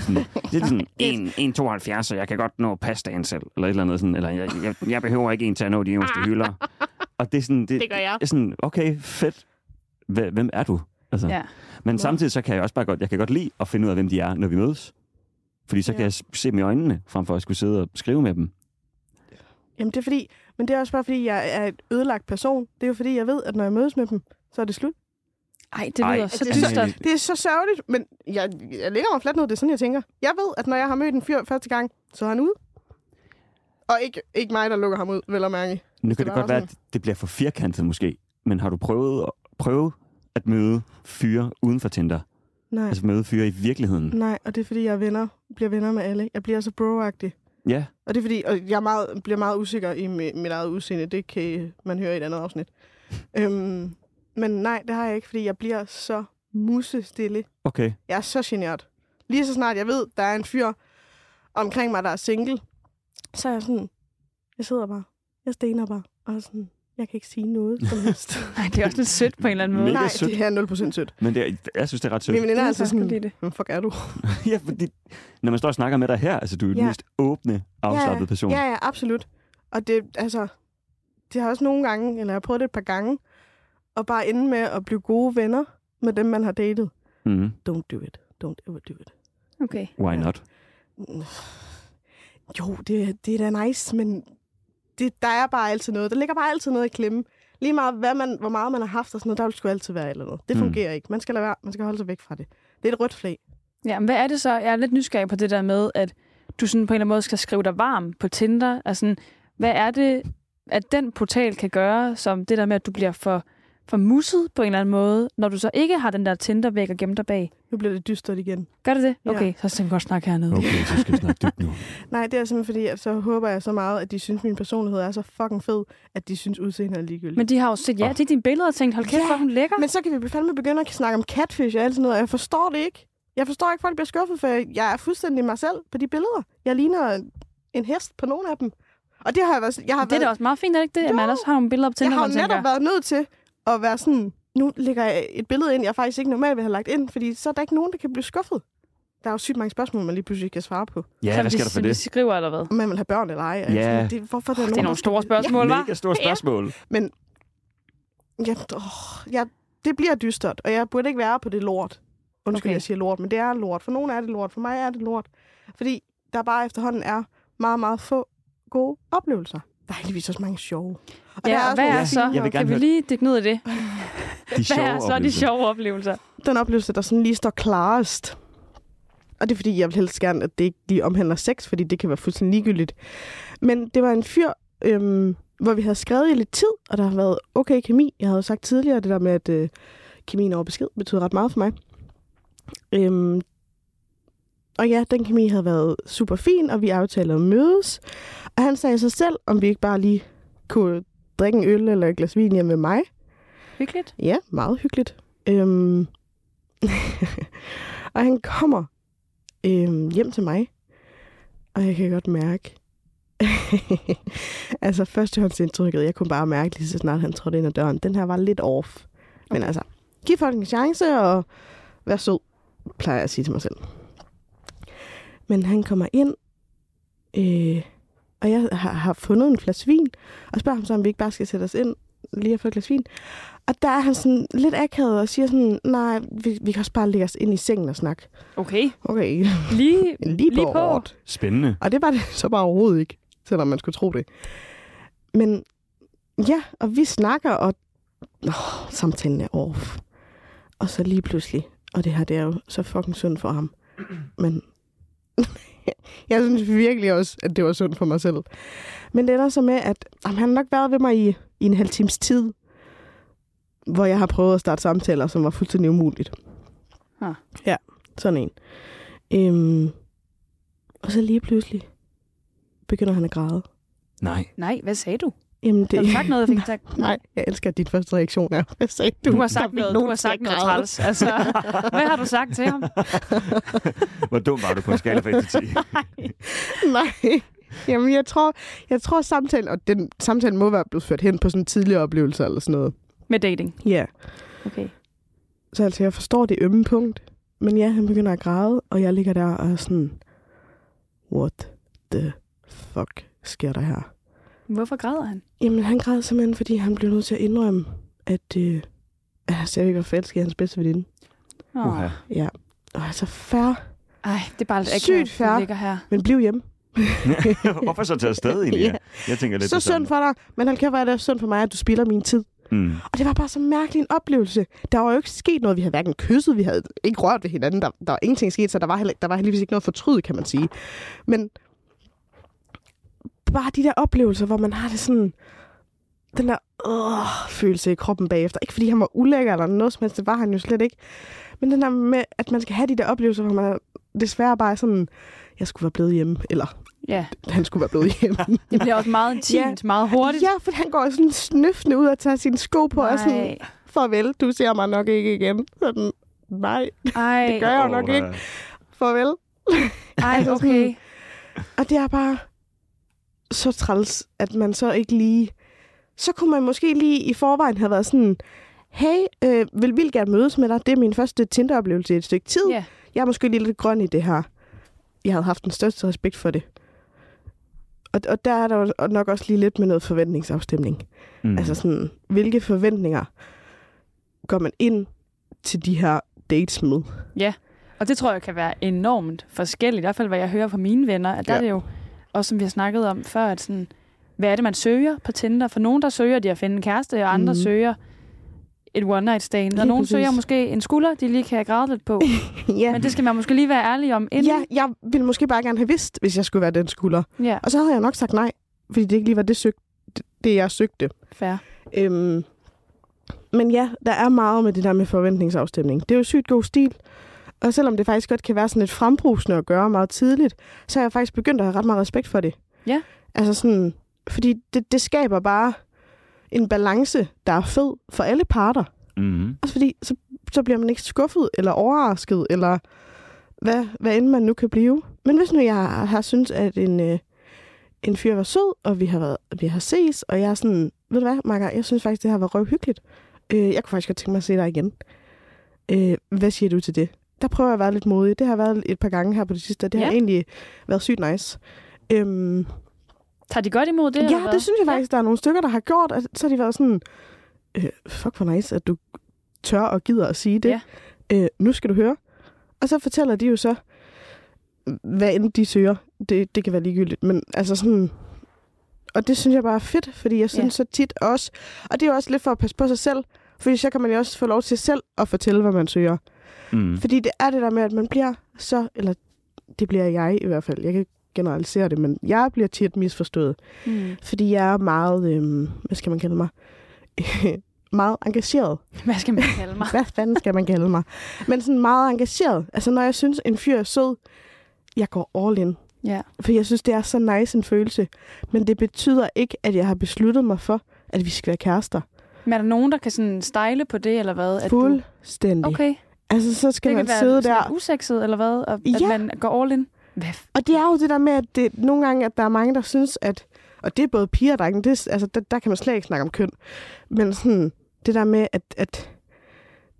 Sådan, det er sådan 1, 1, 72, så jeg kan godt nå pastaen selv, eller et eller andet sådan, eller jeg, jeg, jeg behøver ikke en til at nå de øverste hylder. Og det er sådan, Ah. det, det gør jeg. Er sådan, okay, fedt. Hva- Hvem er du? Altså, Ja. Men samtidig så kan jeg også bare godt, jeg kan godt lide at finde ud af, hvem de er, når vi mødes. Fordi så ja. Ja. kan jeg s- se dem i øjnene, frem for at skulle sidde og skrive med dem. Jamen det er fordi, men det er også bare fordi, jeg er et ødelagt person. Det er jo fordi, jeg ved, at når jeg mødes med dem, så er det slut. Ej, det lyder Ej, altså, så det er så- dystert. Det er så sørgeligt, men jeg, jeg lægger mig fladt ned, det er sådan, jeg tænker. Jeg ved, at når jeg har mødt en fyr første gang, så er han ude. Og ikke, ikke mig, der lukker ham ud, vel at mærke. Nu kan Det det var godt være, også at det bliver for firkantet måske, men har du prøvet at, prøve at møde fyre uden for Tinder? Nej, Altså møde fyre i virkeligheden. nej, og det er fordi, jeg er venner, bliver venner med alle. Jeg bliver så broagtig. Ja, Og det er fordi, og jeg er meget, bliver meget usikker i mi- mit eget udseende. Det kan man høre i et andet afsnit. øhm, men nej, det har jeg ikke, fordi jeg bliver så musestille. okay. Jeg er så genert. Lige så snart jeg ved, der er en fyr omkring mig, der er single, så er jeg sådan, jeg sidder bare, jeg stener bare, og er sådan, jeg kan ikke sige noget som helst. Ej, det er også lidt sødt på en eller anden måde. Mega Nej, sødt. det er 0% sødt. Men det er, jeg synes, det er ret sødt. Min veninde er kan altså jeg godt sådan, lide det. hvem fuck er du? ja, fordi, når man står og snakker med dig her, altså du er den Ja. mest åbne, afslappede ja, person. Ja, ja, absolut. Og det, altså, det har også nogle gange, eller jeg har prøvet det et par gange, og bare ende med at blive gode venner med dem, man har datet. Mm-hmm. Don't do it. Don't ever do it. Okay. Why Ja. not? Jo, det, det er da nice, men det, der er bare altid noget. Der ligger bare altid noget i klemme. Lige meget, hvad man, hvor meget man har haft og sådan noget, der vil sgu altid være et eller andet. Det Mm. fungerer ikke. Man skal lade være. Man skal holde sig væk fra det. Det er et rødt flag. Ja, men hvad er det så? Jeg er lidt nysgerrig på det der med, at du sådan på en eller anden måde skal skrive dig varm på Tinder. Altså, sådan, hvad er det, at den portal kan gøre, som det der med, at du bliver for for musset på en eller anden måde, når du så ikke har den der Tinder-væg og gemme dig bag? Nu bliver det dystert igen. Gør det det? Ja. Okay, så skal vi godt snakke hernede. Okay, så skal vi snakke dybt nu. Nej, det er simpelthen fordi, at så håber jeg så meget, at de synes, min personlighed er så fucking fed, at de synes, udseendet er ligegyldigt. Men de har jo set ja Åh. til dine billeder og tænkt, hold kæft, Ja, hvor er hun lækker. Men så kan vi fandme begynde at snakke om catfish og alt sådan noget, og jeg forstår det ikke. Jeg forstår ikke, at folk bliver skuffet, for jeg er fuldstændig mig selv på de billeder. Jeg ligner en hest på nogle af dem. Og det har jeg været... Jeg har Det er da været, også meget fint, er det ikke det? At man Jo. også har nogle billeder på jeg Tinder, har man jo tænker, netop været nødt til at være sådan... Nu lægger jeg et billede ind, jeg faktisk ikke normalt ville have lagt ind, fordi så er der ikke nogen, der kan blive skuffet. Der er jo sygt mange spørgsmål, man lige pludselig kan svare på. Ja, som hvad de- skal der for som de det? skriver eller hvad? Om man vil have børn eller ej. og jeg er Ja. sådan, Det, hvorfor er der Det er nogen, nogle der store skal- spørgsmål, hva'? Mega stort spørgsmål. Ja, ja, åh, ja, det bliver dystert, og jeg burde ikke være på det lort. Undskyld, Okay. okay. jeg siger lort, men det er lort. For nogen er det lort, for mig er det lort. Fordi der bare efterhånden er meget, meget få gode oplevelser. Der er heldigvis også mange sjove. Og der Ja, er og hvad nogle er fine så? Jeg vil Kan gerne vi høre- lige dykke ned i det? De Hvad sjove er så de oplevelser. sjove oplevelser? den oplevelse, der sådan lige står klarest. Og det er fordi, jeg vil helst gerne, at det ikke lige omhandler sex, fordi det kan være fuldstændig ligegyldigt. Men det var en fyr, øhm, hvor vi havde skrevet i lidt tid, og der har været okay kemi. Jeg havde jo sagt tidligere det der med, at øh, kemien over besked betød ret meget for mig. Øhm, og ja, den kemi havde været super fin, og vi aftalte at mødes. Og han sagde sig selv, om vi ikke bare lige kunne drikke en øl eller et glas vin hjemme med mig. Hyggeligt. Ja, meget hyggeligt. Øhm. og han kommer øhm, hjem til mig, og jeg kan godt mærke... altså førstehåndsindtrykket, jeg kunne bare mærke lige så snart han trådte ind ad døren. Den her var lidt off. Men altså, giv folk en chance, og vær sød, plejer jeg at sige til mig selv. Men han kommer ind, øh, og jeg har, har fundet en flaske vin, og spørger ham så, om vi ikke bare skal sætte os ind lige at få et glas vin. Og der er han sådan lidt akavet og siger sådan, nej, vi, vi kan også bare lægge os ind i sengen og snakke. Okay, Okay, lige... lige på. Lige på. hårdt. Spændende. Og det var det så bare overhovedet ikke, selvom man skulle tro det. Men ja, og vi snakker, og oh, samtalen er off. Og så lige pludselig, og det her, det er jo så fucking synd for ham. Men jeg synes virkelig også, at det var synd for mig selv. Men det ender så med, at jamen, han har nok været ved mig i, i en halv times tid, hvor jeg har prøvet at starte samtaler, som var fuldstændig umuligt. Ah. Ja, sådan en. Øhm, og så lige pludselig begynder han at græde. Nej. Nej, hvad sagde du? Jamen det... Har du sagt noget, jeg fik sagt? Nej, jeg elsker, at din første reaktion er, hvad sagde du? Du har Der sagt fik noget, du nogen har til at sagt noget græde." træls. Altså, hvad har du sagt til ham? Hvor dum var du på en skala fra 1 til 10? Nej. Jamen, jeg tror, jeg tror samtalen, og den samtalen må være blevet ført hen på sådan en tidligere oplevelse eller sådan noget. Med dating. Ja. Yeah. Okay. Så altså, jeg forstår det ømme punkt. Men ja, han begynder at græde, og jeg ligger der og er sådan, what the fuck sker der her? Hvorfor græder han? Jamen, han græd simpelthen, fordi han blev nødt til at indrømme, at, øh, at han stadigvæk var forelsket i hans bedste veninde. Oh. Uha. Ja. Og altså, færre. Ej, det er bare lidt Sygt akavet, fair. det ligger her. Men bliv hjemme. Hvorfor så tage afsted egentlig? Ja. Ja. Jeg tænker lidt så det synd samme. for dig, men han kan være det synd for mig, at du spilder min tid. Mm. Og det var bare så mærkelig en oplevelse. Der var jo ikke sket noget. Vi havde hverken kysset, vi havde ikke rørt ved hinanden. Der, der var ingenting sket, så der var, heller, der var heldigvis ikke noget fortryd, kan man sige. Men bare de der oplevelser, hvor man har det sådan... Den der øh, følelse i kroppen bagefter. Ikke fordi han var ulækker eller noget som helst, det var han jo slet ikke. Men den der med, at man skal have de der oplevelser, hvor man desværre bare er sådan, jeg skulle være blevet hjemme, eller Ja, han skulle være blevet hjemme. det bliver også meget intimt, meget hurtigt. ja, for han går sådan snøftende ud og tager sine sko på, og sådan, Nej. farvel, du ser mig nok ikke igen. Sådan, nej, Ej, det gør jeg jo nok Åh, ikke. Farvel. ej, okay. Og det er bare så træls, at man så ikke lige... Så kunne man måske lige i forvejen have været sådan, hey, øh, vil vildt gerne mødes med dig. Det er min første Tinder-oplevelse i et stykke tid. Ja. Jeg er måske lige lidt grøn i det her. Jeg havde haft den største respekt for det. Og, og der er der jo nok også lige lidt med noget forventningsafstemning. Mm. Altså sådan, hvilke forventninger går man ind til de her dates med? Og det tror jeg kan være enormt forskelligt, i hvert fald hvad jeg hører fra mine venner, at der Ja. ja. er det jo, også som vi har snakket om før, at sådan, hvad er det, man søger på Tinder? For nogen, der søger de at finde en kæreste, og andre mm. Mhm. søger et one night stand. Og Lige nogen præcis. søger måske en skulder, de lige kan græde lidt på. ja. Men det skal man måske lige være ærlig om inden. Ja, jeg ville måske bare gerne have vidst, hvis jeg skulle være den skulder. ja Og så havde jeg nok sagt nej, fordi det ikke lige var det, søg- det jeg søgte. fair. Øhm, Men ja, der er meget med det der med forventningsafstemning. Det er jo sygt god stil. Og selvom det faktisk godt kan være sådan lidt frembrusende at gøre meget tidligt, så har jeg faktisk begyndt at have ret meget respekt for det. Ja. Altså sådan, fordi det, det skaber bare en balance, der er fed for alle parter. Mm-hmm. Også fordi, så, så bliver man ikke skuffet eller overrasket, eller hvad, hvad end man nu kan blive. Men hvis nu jeg har synes, at en, øh, en fyr var sød, og vi har, været, vi har ses, og jeg er sådan, ved du hvad, Marker, jeg synes faktisk, det her var røvhyggeligt. Øh, jeg kunne faktisk godt tænke mig at se dig igen. Øh, hvad siger du til det? Der prøver jeg at være lidt modig. Det har været et par gange her på det sidste, og det ja. har Ja. egentlig været sygt nice. Øhm, Tager de godt imod det? eller Ja, hvad? det synes jeg faktisk, der er nogle stykker, der har gjort, at så har de været sådan, øh, fuck hvor nice, at du tør og gider at sige det. Ja. Øh, nu skal du høre. Og så fortæller de jo så, hvad end de søger. Det, det kan være ligegyldigt, men altså sådan... Og det synes jeg bare er fedt, fordi jeg synes så tit også... Og det er jo også lidt for at passe på sig selv, fordi så kan man jo også få lov til selv at fortælle, hvad man søger. Mm. Fordi det er det der med, at man bliver så, eller det bliver jeg i hvert fald, jeg kan ikke generalisere det, men jeg bliver tit misforstået. Mm. Fordi jeg er meget, øhm, hvad skal man kalde mig? meget engageret. Hvad skal man kalde mig? Hvad fanden skal man kalde mig? Men sådan meget engageret. Altså, når jeg synes, en fyr er sød, jeg går all in. ja. For jeg synes, det er så nice en følelse. Men det betyder ikke, at jeg har besluttet mig for, at vi skal være kærester. Men er der nogen, der kan sådan stejle på det, eller hvad? At du... Fuldstændig. Okay. Okay, Altså, så skal det man kan sidde være sådan der. lidt usekset, eller hvad? Og, at Ja. man går all in. Hvad? f- Og det er jo det der med, at det, nogle gange, at der er mange, der synes, at... Og det er både piger og drenge. Det, er- altså, der, der kan man slet ikke snakke om køn. Men sådan, det der med, at, at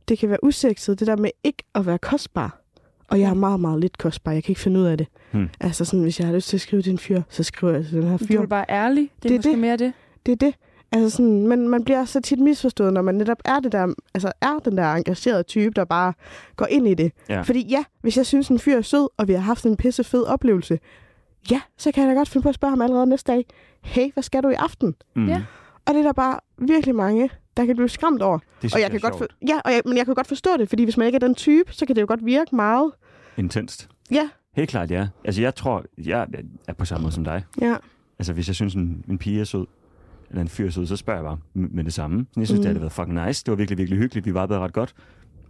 det kan være usekset, det der med ikke at være kostbar. Og jeg er meget, meget lidt kostbar. Jeg kan ikke finde ud af det. Hmm. Altså sådan, hvis jeg har lyst til at skrive til en fyr, så skriver jeg til den her Du fyr. er bare ærlig. Det er, Det er måske det. mere det. Det er det. Altså sådan, men man bliver så tit misforstået, når man netop er, det der, altså er den der engagerede type, der bare går ind i det. Ja. Fordi ja, hvis jeg synes, en fyr er sød, og vi har haft en pisse fed oplevelse, ja, så kan jeg da godt finde på at spørge ham allerede næste dag, hey, hvad skal du i aften? Mm. Ja. Og det er der bare virkelig mange, der kan blive skræmt over. Det synes Og jeg kan godt for, ja, og jeg, men jeg kan godt forstå det, fordi hvis man ikke er den type, så kan det jo godt virke meget. Intenst. Ja, Helt klart, ja. Altså, jeg tror, jeg er på samme måde som dig. ja. Altså, hvis jeg synes, en, en pige er sød, eller en fyr er sød, så spørger jeg bare m- med det samme. Jeg synes, mm. det har været fucking nice. Det var virkelig, virkelig hyggeligt. Vi var ret godt.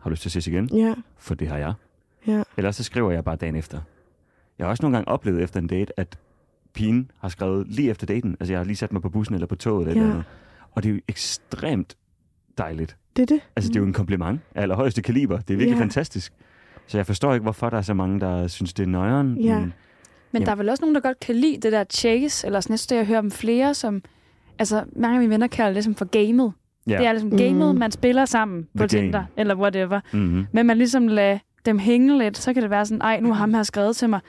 Har du lyst til at ses igen? Ja, For det har jeg. ja. Ellers så skriver jeg bare dagen efter. Jeg har også nogle gange oplevet efter en date, at pigen har skrevet lige efter daten. Altså, jeg har lige sat mig på bussen eller på toget eller Ja. ja. noget. Og det er jo ekstremt dejligt. Det er det. Altså, det er jo en kompliment af allerhøjeste kaliber. Det er virkelig Ja. ja. fantastisk. Så jeg forstår ikke, hvorfor der er så mange, der synes, det er nøjeren. Ja. Men Men Jamen. der er vel også nogen, der godt kan lide det der chase, eller sådan jeg synes, jeg hører om flere, som... Altså, mange af mine venner kalder det ligesom for gamet. Ja. Ja. Det er ligesom gamet, Mm. man spiller sammen på The game. Tinder, eller whatever. Mm-hmm. Men man ligesom lader dem hænge lidt, så kan det være sådan, ej, nu har ham her skrevet til mig.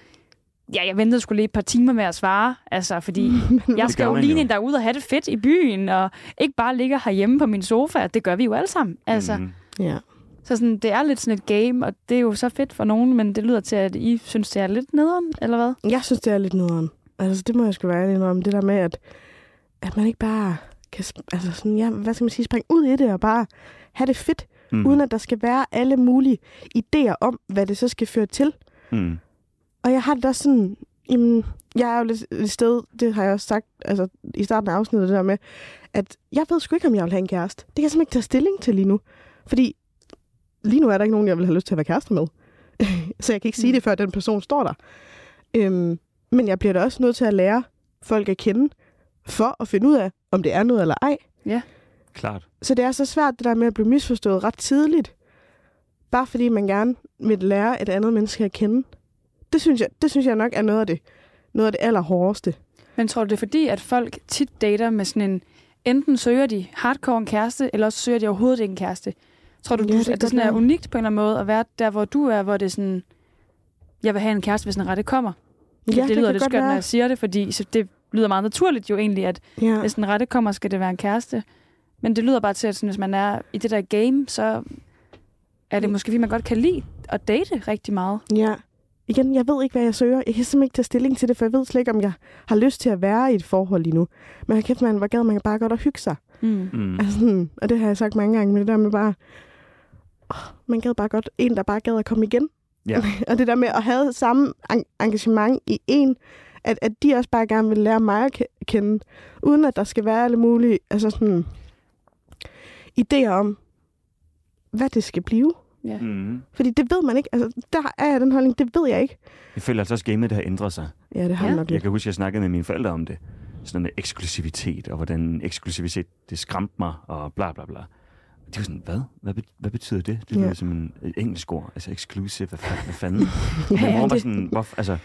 Ja, jeg ventede skulle lige et par timer med at svare, altså, fordi jeg skal gør jo man lige jo. en, der er ude og have det fedt i byen, og ikke bare ligger herhjemme på min sofa. Det gør vi jo alle sammen. Altså, mm. Mm-hmm. Ja. Så sådan, det er lidt sådan et game, og det er jo så fedt for nogen, men det lyder til, at I synes, det er lidt nederen, eller hvad? Jeg synes, det er lidt nederen. Altså, det må jeg sgu være ærlig om. Det der med, at, at man ikke bare kan, sp- altså sådan, ja, hvad skal man sige, springe ud i det og bare have det fedt, mm. Mhm. uden at der skal være alle mulige idéer om, hvad det så skal føre til. Mm. Og jeg har det da sådan, jamen, jeg er jo lidt et sted, det har jeg også sagt altså, i starten af afsnittet, det der med, at jeg ved sgu ikke, om jeg vil have en kæreste. Det kan jeg simpelthen ikke tage stilling til lige nu. Fordi lige nu er der ikke nogen, jeg vil have lyst til at være kærester med. så jeg kan ikke sige det, før den person står der. Øhm, men jeg bliver da også nødt til at lære folk at kende, for at finde ud af, om det er noget eller ej. Klart. Så det er så svært, det der med at blive misforstået ret tidligt. Bare fordi man gerne vil lære et andet menneske at kende. Det synes jeg, det synes jeg nok er noget af det, noget af det allerhårdeste. Men tror du, det er fordi, at folk tit dater med sådan en... Enten søger de hardcore en kæreste, eller også søger de overhovedet ikke en kæreste. Tror du, Ja, ja, du det det kan at det sådan godt er være. unikt på en eller anden måde at være der, hvor du er, hvor det er sådan... Jeg vil have en kæreste, hvis den rette kommer. Ja, det, det lyder kan lidt godt skørt, når være. jeg siger det, fordi så det lyder meget naturligt jo egentlig, at Ja. hvis den rette kommer, skal det være en kæreste. Men det lyder bare til, at sådan, hvis man er i det der game, så er det måske, fordi man godt kan lide at date rigtig meget. ja. Igen, jeg ved ikke, hvad jeg søger. Jeg kan simpelthen ikke tage stilling til det, for jeg ved slet ikke, om jeg har lyst til at være i et forhold lige nu. Men hold kæft, man, hvor gad man bare godt at hygge sig. Mm. Mm. Altså, sådan, og det har jeg sagt mange gange, men det der med bare... Åh, man gad bare godt en, der bare gad at komme igen. Ja. og det der med at have samme en- engagement i en, at, at de også bare gerne vil lære mig at ke- kende, uden at der skal være alle mulige altså sådan, idéer om, hvad det skal blive. Mm. Fordi det ved man ikke. Altså, der er jeg den holdning, det ved jeg ikke. Jeg føler altså også, at gamet har ændret sig. Ja, det har ja. Ja. nok Jeg lidt. kan huske, at jeg snakkede med mine forældre om det. Sådan noget med eksklusivitet, og hvordan eksklusivitet, det skræmte mig, og bla bla bla. De var sådan, hvad? Hvad, bet- hvad betyder det? Det Ja. lyder som en et engelsk ord. Altså exclusive, hvad, fa- hvad fanden? Ja, Min mor var det- sådan, hvorfor? Altså,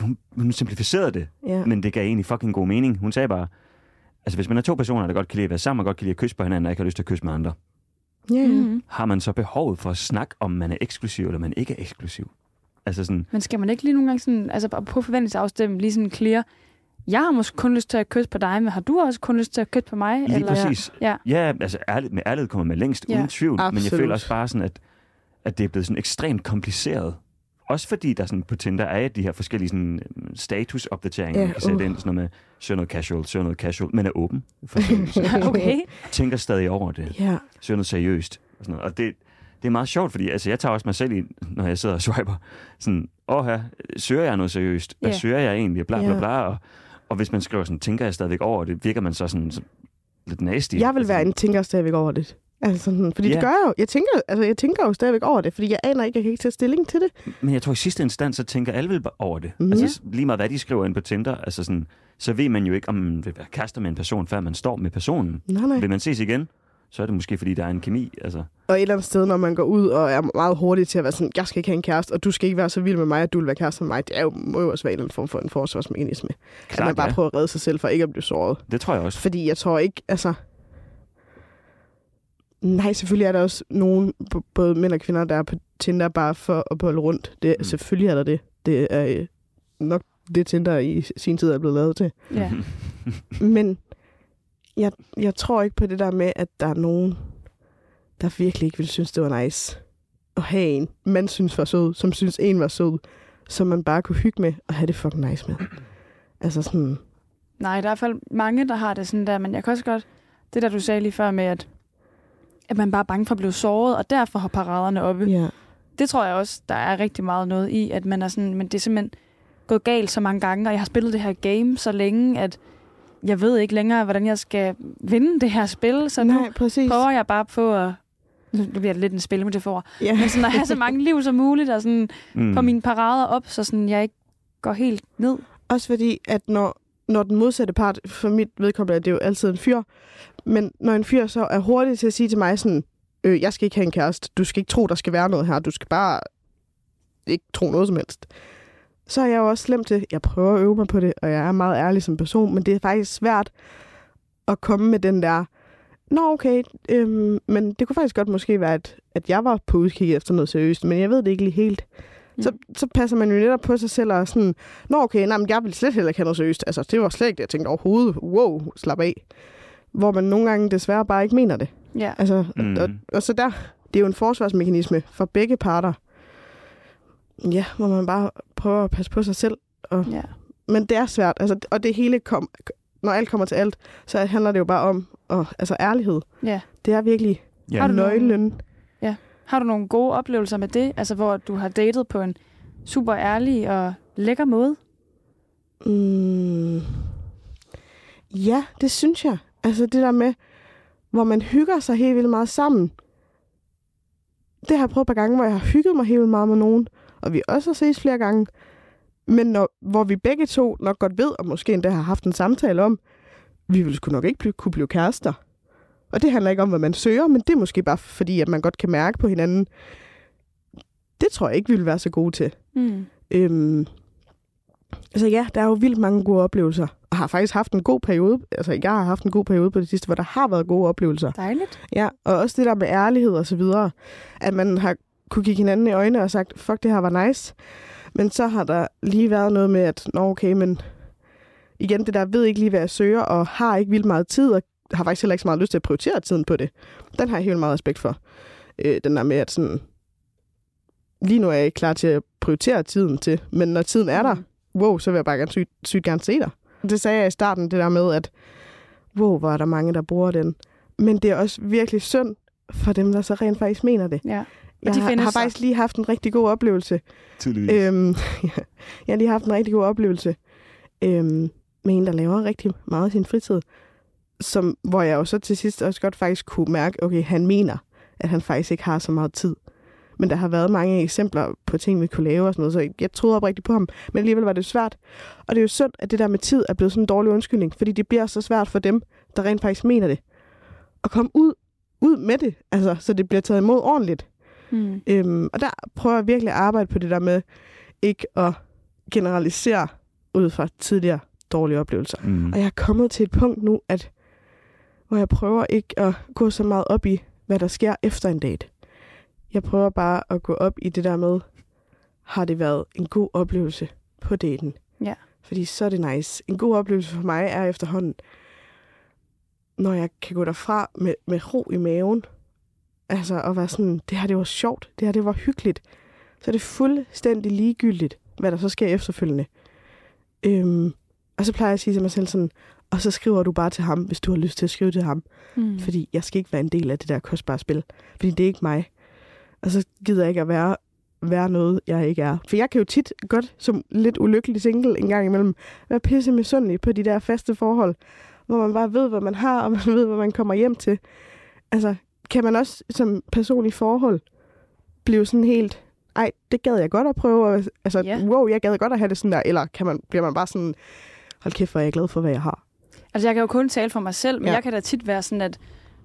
hun, hun simplificerede det, Ja. men det gav egentlig fucking god mening. Hun sagde bare, altså hvis man er to personer, der godt kan lide at være sammen, og godt kan lide at kysse på hinanden, og ikke har lyst til at kysse med andre, Ja, ja. Mm-hmm. har man så behovet for at snakke om, man er eksklusiv, eller man ikke er eksklusiv? Altså sådan, Men skal man ikke lige nogle gange sådan, altså på- på forventningsafstemning lige sådan clear, jeg har måske kun lyst til at kysse på dig, men har du også kun lyst til at kysse på mig? lige eller? præcis. Ja. Ja, altså ærligt, med ærlighed kommer man længst, Ja, ja, uden tvivl. Men jeg absolut. føler også bare sådan, at, at det er blevet sådan ekstremt kompliceret. Også fordi der sådan på Tinder er de her forskellige sådan, øhm, statusopdateringer, Ja, ja, man kan sætte uh. ind. Sådan noget med, søg noget casual, søg noget casual, men er åben. For eksempel. Så Okay. tænker stadig over det. Ja, søger noget seriøst. Og, sådan noget. og det, det er meget sjovt, fordi altså, jeg tager også mig selv i, når jeg sidder og swiper, sådan, åh her, søger jeg noget seriøst? Hvad Ja. yeah. søger jeg egentlig? Bla, Ja. bla, bla. Og, og hvis man skriver sådan, tænker jeg stadigvæk over det, virker man så sådan, så lidt nasty. jeg vil Altså, være en tænker stadigvæk over det. Altså, sådan, fordi Ja. det gør jeg jo. Jeg tænker, altså, jeg tænker jo stadigvæk over det, fordi jeg aner ikke, jeg kan ikke tage stilling til det. Men jeg tror i sidste instans, så tænker alle vel over det. Mhm. Mm. Altså lige meget hvad de skriver ind på Tinder, altså sådan, så ved man jo ikke, om man vil være kærester med en person, før man står med personen. Nej, nej. Vil man ses igen, så er det måske, fordi der er en kemi. Altså. Og et eller andet sted, når man går ud og er meget hurtig til at være sådan, jeg skal ikke have en kæreste, og du skal ikke være så vild med mig, at du vil være kæreste med mig. Det er jo, må jo også være en eller anden form for en forsvarsmekanisme. At Klart, man bare ja. prøver at redde sig selv for ikke at blive såret. Det tror jeg også. Fordi jeg tror ikke, altså... Nej, selvfølgelig er der også nogen, b- både mænd og kvinder, der er på Tinder bare for at bolle rundt. Det, mm. Mm. Selvfølgelig er der det. Det er øh, nok det Tinder i sin tid er blevet lavet til. Mm-hmm. Ja. Men jeg, jeg tror ikke på det der med, at der er nogen, der virkelig ikke ville synes, det var nice at have en, man synes var sød, som synes en var sød, som man bare kunne hygge med og have det fucking nice med. Altså sådan, Nej, der er i hvert fald mange, der har det sådan der, men jeg kan også godt, det der du sagde lige før med, at, at man bare er bange for at blive såret, og derfor har paraderne oppe. ja. Det tror jeg også, der er rigtig meget noget i, at man er sådan, men det er simpelthen gået galt så mange gange, og jeg har spillet det her game så længe, at jeg ved ikke længere, hvordan jeg skal vinde det her spil, så nu Nej, præcis. prøver jeg bare på at... Nu bliver det lidt en spilmetafor. Ja. Men sådan at have så mange liv som muligt, og sådan Mm. få mine parader op, så sådan jeg ikke går helt ned. Også fordi, at når, når den modsatte part, for mit vedkommende er det jo altid en fyr, men når en fyr så er hurtig til at sige til mig sådan, øh, jeg skal ikke have en kæreste, du skal ikke tro, der skal være noget her, du skal bare ikke tro noget som helst. Så er jeg jo også slem til, jeg prøver at øve mig på det, og jeg er meget ærlig som person, men det er faktisk svært at komme med den der, nå okay, øhm, men det kunne faktisk godt måske være, at, at jeg var på udkig efter noget seriøst, men jeg ved det ikke lige helt. Så, så passer man jo netop på sig selv og er sådan, Nå okay, nej, men jeg vil slet heller ikke have noget seriøst. Altså, det var slet ikke det, jeg tænkte overhovedet. Wow, slap af. Hvor man nogle gange desværre bare ikke mener det. Ja. Altså, mm. Mm. og, og, så der, det er jo en forsvarsmekanisme for begge parter. Ja, hvor man bare prøver at passe på sig selv. ja. Men det er svært, altså, og det hele kom, når alt kommer til alt, så handler det jo bare om og, altså, ærlighed. Ja. Det er virkelig Ja. Har du nogen- nøglen. Har du nogle gode oplevelser med det? Altså hvor du har datet på en super ærlig og lækker måde? Mm. Ja, det synes jeg. Altså det der med, hvor man hygger sig helt vildt meget sammen. Det har jeg prøvet et par gange, hvor jeg har hygget mig helt vildt meget med nogen. Og vi også har ses flere gange. Men når, hvor vi begge to nok godt ved, og måske endda har haft en samtale om, vi ville sgu nok ikke blive, kunne blive kærester. Og det handler ikke om, hvad man søger, men det er måske bare fordi, at man godt kan mærke på hinanden. Det tror jeg ikke, vi ville være så gode til. Mm. Øhm, så ja, der er jo vildt mange gode oplevelser. Og har faktisk haft en god periode. Altså, jeg har haft en god periode på det sidste, hvor der har været gode oplevelser. Dejligt. Ja, og også det der med ærlighed og så videre. At man har kunne kigge hinanden i øjnene og sagt, fuck, det her var nice. Men så har der lige været noget med, at nå okay, men igen, det der ved ikke lige, hvad jeg søger, og har ikke vildt meget tid, og har faktisk heller ikke så meget lyst til at prioritere tiden på det. Den har jeg helt vildt meget respekt for. Øh, den der med, at sådan, lige nu er jeg ikke klar til at prioritere tiden til, men når tiden er der, Mm. wow, så vil jeg bare gerne sygt, sygt gerne se dig. Det sagde jeg i starten, det der med, at wow, hvor er der mange, der bruger den. Men det er også virkelig synd for dem, der så rent faktisk mener det. Ja. Jeg de har, findes har så. faktisk lige haft en rigtig god oplevelse. Tydeligvis. Øhm, jeg har lige haft en rigtig god oplevelse øhm, med en, der laver rigtig meget af sin fritid. som, hvor jeg jo så til sidst også godt faktisk kunne mærke, okay, han mener, at han faktisk ikke har så meget tid. Men der har været mange eksempler på ting, vi kunne lave og sådan noget, så jeg troede oprigtigt på ham, men alligevel var det svært. Og det er jo synd, at det der med tid er blevet sådan en dårlig undskyldning, fordi det bliver så svært for dem, der rent faktisk mener det. At komme ud, ud med det, altså, så det bliver taget imod ordentligt. Mm. Øhm, og der prøver jeg virkelig at arbejde på det der med ikke at generalisere ud fra tidligere dårlige oplevelser. Mm. Øh, Og jeg er kommet til et punkt nu, at hvor jeg prøver ikke at gå så meget op i, hvad der sker efter en date. Jeg prøver bare at gå op i det der med, har det været en god oplevelse på daten? Ja. Fordi så er det nice. En god oplevelse for mig er efterhånden, når jeg kan gå derfra med, med ro i maven, altså at være sådan, det her det var sjovt, det her det var hyggeligt, så er det fuldstændig ligegyldigt, hvad der så sker efterfølgende. Øhm, og så plejer jeg at sige til mig selv sådan, og så skriver du bare til ham, hvis du har lyst til at skrive til ham. Mm. Fordi jeg skal ikke være en del af det der kostbare spil. Fordi det er ikke mig. Og så gider jeg ikke at være, være noget, jeg ikke er. For jeg kan jo tit godt, som lidt ulykkelig single en gang imellem, være pisse misundelig på de der faste forhold, hvor man bare ved, hvad man har, og man ved, hvad man kommer hjem til. Altså, kan man også som person i forhold blive sådan helt, ej, det gad jeg godt at prøve, og- altså, Ja. yeah. wow, jeg gad godt at have det sådan der, eller kan man, bliver man bare sådan, hold kæft, hvor er jeg glad for, hvad jeg har. Altså, jeg kan jo kun tale for mig selv, men ja. Ja. jeg kan da tit være sådan, at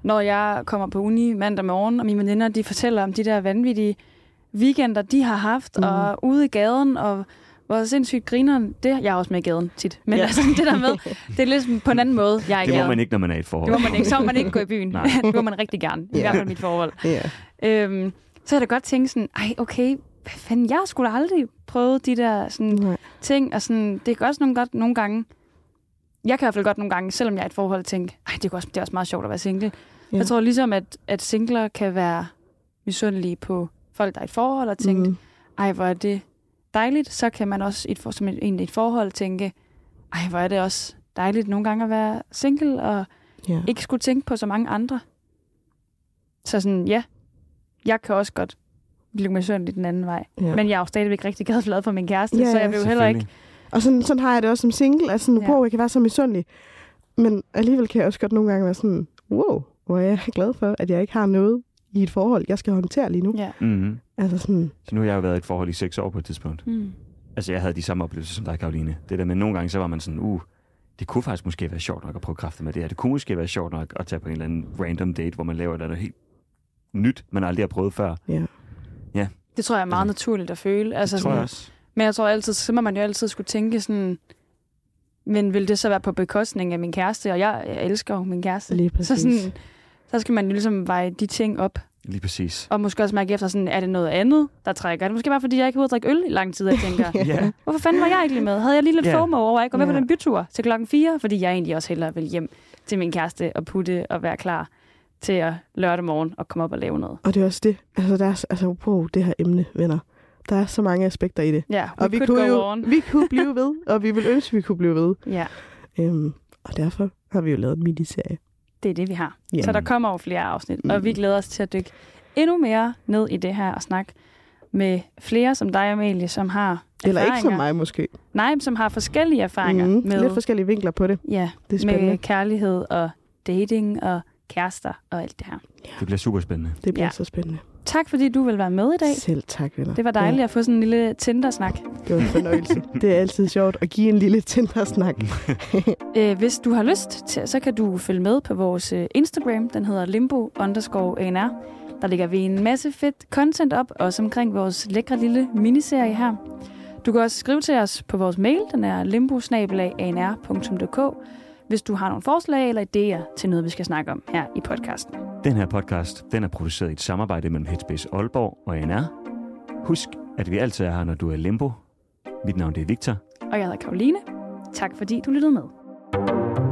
når jeg kommer på uni mandag morgen, og mine veninder, de fortæller om de der vanvittige weekender, de har haft, mm. Mhm. og ude i gaden, og hvor sindssygt grineren, det jeg er også med i gaden tit. Men ja. Ja. altså, det der med, det er lidt på en anden måde, jeg er i Det må gaden. man ikke, når man er i et forhold. Det må man ikke. Så må man ikke gå i byen. Nej. det må man rigtig gerne. I Ja. hvert fald i mit forhold. Yeah. Øhm, så har jeg da godt tænkt sådan, ej, okay, hvad fanden, jeg skulle aldrig prøvet de der sådan, Nej. ting, og sådan, det kan også nogle, godt, nogle gange, jeg kan i hvert fald godt nogle gange, selvom jeg er i et forhold, tænke, ej, det er, også, det er også meget sjovt at være single. Ja. Ja. Jeg tror ligesom, at, at singler kan være misundelige på folk, der er i et forhold, og tænke, mm. Mhm. ej, hvor er det dejligt. Så kan man også i et, for- som en, egentlig et forhold tænke, ej, hvor er det også dejligt nogle gange at være single, og Ja. ikke skulle tænke på så mange andre. Så sådan, ja, jeg kan også godt blive misundelig den anden vej. Ja. Ja. Men jeg er jo stadigvæk rigtig glad glad for min kæreste, Ja, så ja, jeg vil jo heller ikke... Og sådan, sådan har jeg det også som single, at sådan, Ja. ja. wow, jeg kan være så misundelig. Men alligevel kan jeg også godt nogle gange være sådan, wow, hvor er jeg glad for, at jeg ikke har noget i et forhold, jeg skal håndtere lige nu. Ja. Mm-hmm. Altså sådan, Så nu har jeg jo været i et forhold i seks år på et tidspunkt. Mm. Altså, jeg havde de samme oplevelser som dig, Karoline. Det der med, nogle gange så var man sådan, uh, det kunne faktisk måske være sjovt nok at prøve kræfter med det her. Det kunne måske være sjovt nok at tage på en eller anden random date, hvor man laver noget helt nyt, man aldrig har prøvet før. Det tror jeg er meget naturligt at føle. Altså, det tror sådan, jeg også. Men jeg tror altid, så må man jo altid skulle tænke sådan, men vil det så være på bekostning af min kæreste? Og jeg, jeg elsker jo min kæreste. lige Så, præcis. sådan, så skal man jo ligesom veje de ting op. Lige præcis. Og måske også mærke efter, sådan, er det noget andet, der trækker? Er det måske bare, fordi jeg ikke har ude at drikke øl i lang tid, jeg tænker. Ja, Hvorfor fanden var jeg ikke lige med? Havde jeg lige lidt Ja. yeah. FOMO over, at jeg går med yeah. Ja. på den bytur til klokken 4? Fordi jeg egentlig også hellere vil hjem til min kæreste og putte og være klar til at lørdag morgen og komme op og lave noget. Og det er også det, altså, der er, s- altså wow, det her emne, venner. Der er så mange aspekter i det. Ja, yeah, Og vi kunne jo vi kunne blive ved, og vi vil ønske, vi kunne blive ved. Ja, Øhm, og derfor har vi jo lavet en miniserie. det er det, vi har. Ja. Så der kommer jo flere afsnit, og Mm. vi glæder os til at dykke endnu mere ned i det her og snakke med flere som dig, Amalie, som har Eller ikke som erfaringer. mig måske. Nej, men som har forskellige erfaringer Mhm. med, Lidt forskellige vinkler på det. ja, Det er spændende. med kærlighed og dating og kærester og alt det her. det bliver super spændende. Det bliver Ja. så spændende. Tak fordi du vil være med i dag. Selv tak, venner. Det var dejligt at få sådan en lille Tinder-snak. Det var en fornøjelse. det er altid sjovt at give en lille Tinder-snak. Øh, Hvis du har lyst, til, så kan du følge med på vores øh, Instagram. Den hedder limbo underscore ANR. Der ligger vi en masse fedt content op, også omkring vores lækre lille miniserie her. Du kan også skrive til os på vores mail. Den er limbo hvis du har nogle forslag eller idéer til noget, vi skal snakke om her i podcasten. Den her podcast, den er produceret i et samarbejde mellem Headspace Aalborg og ANR. Husk, at vi altid er her, når du er i limbo. Mit navn det er Victor. Og jeg hedder Karoline. Tak fordi du lyttede med.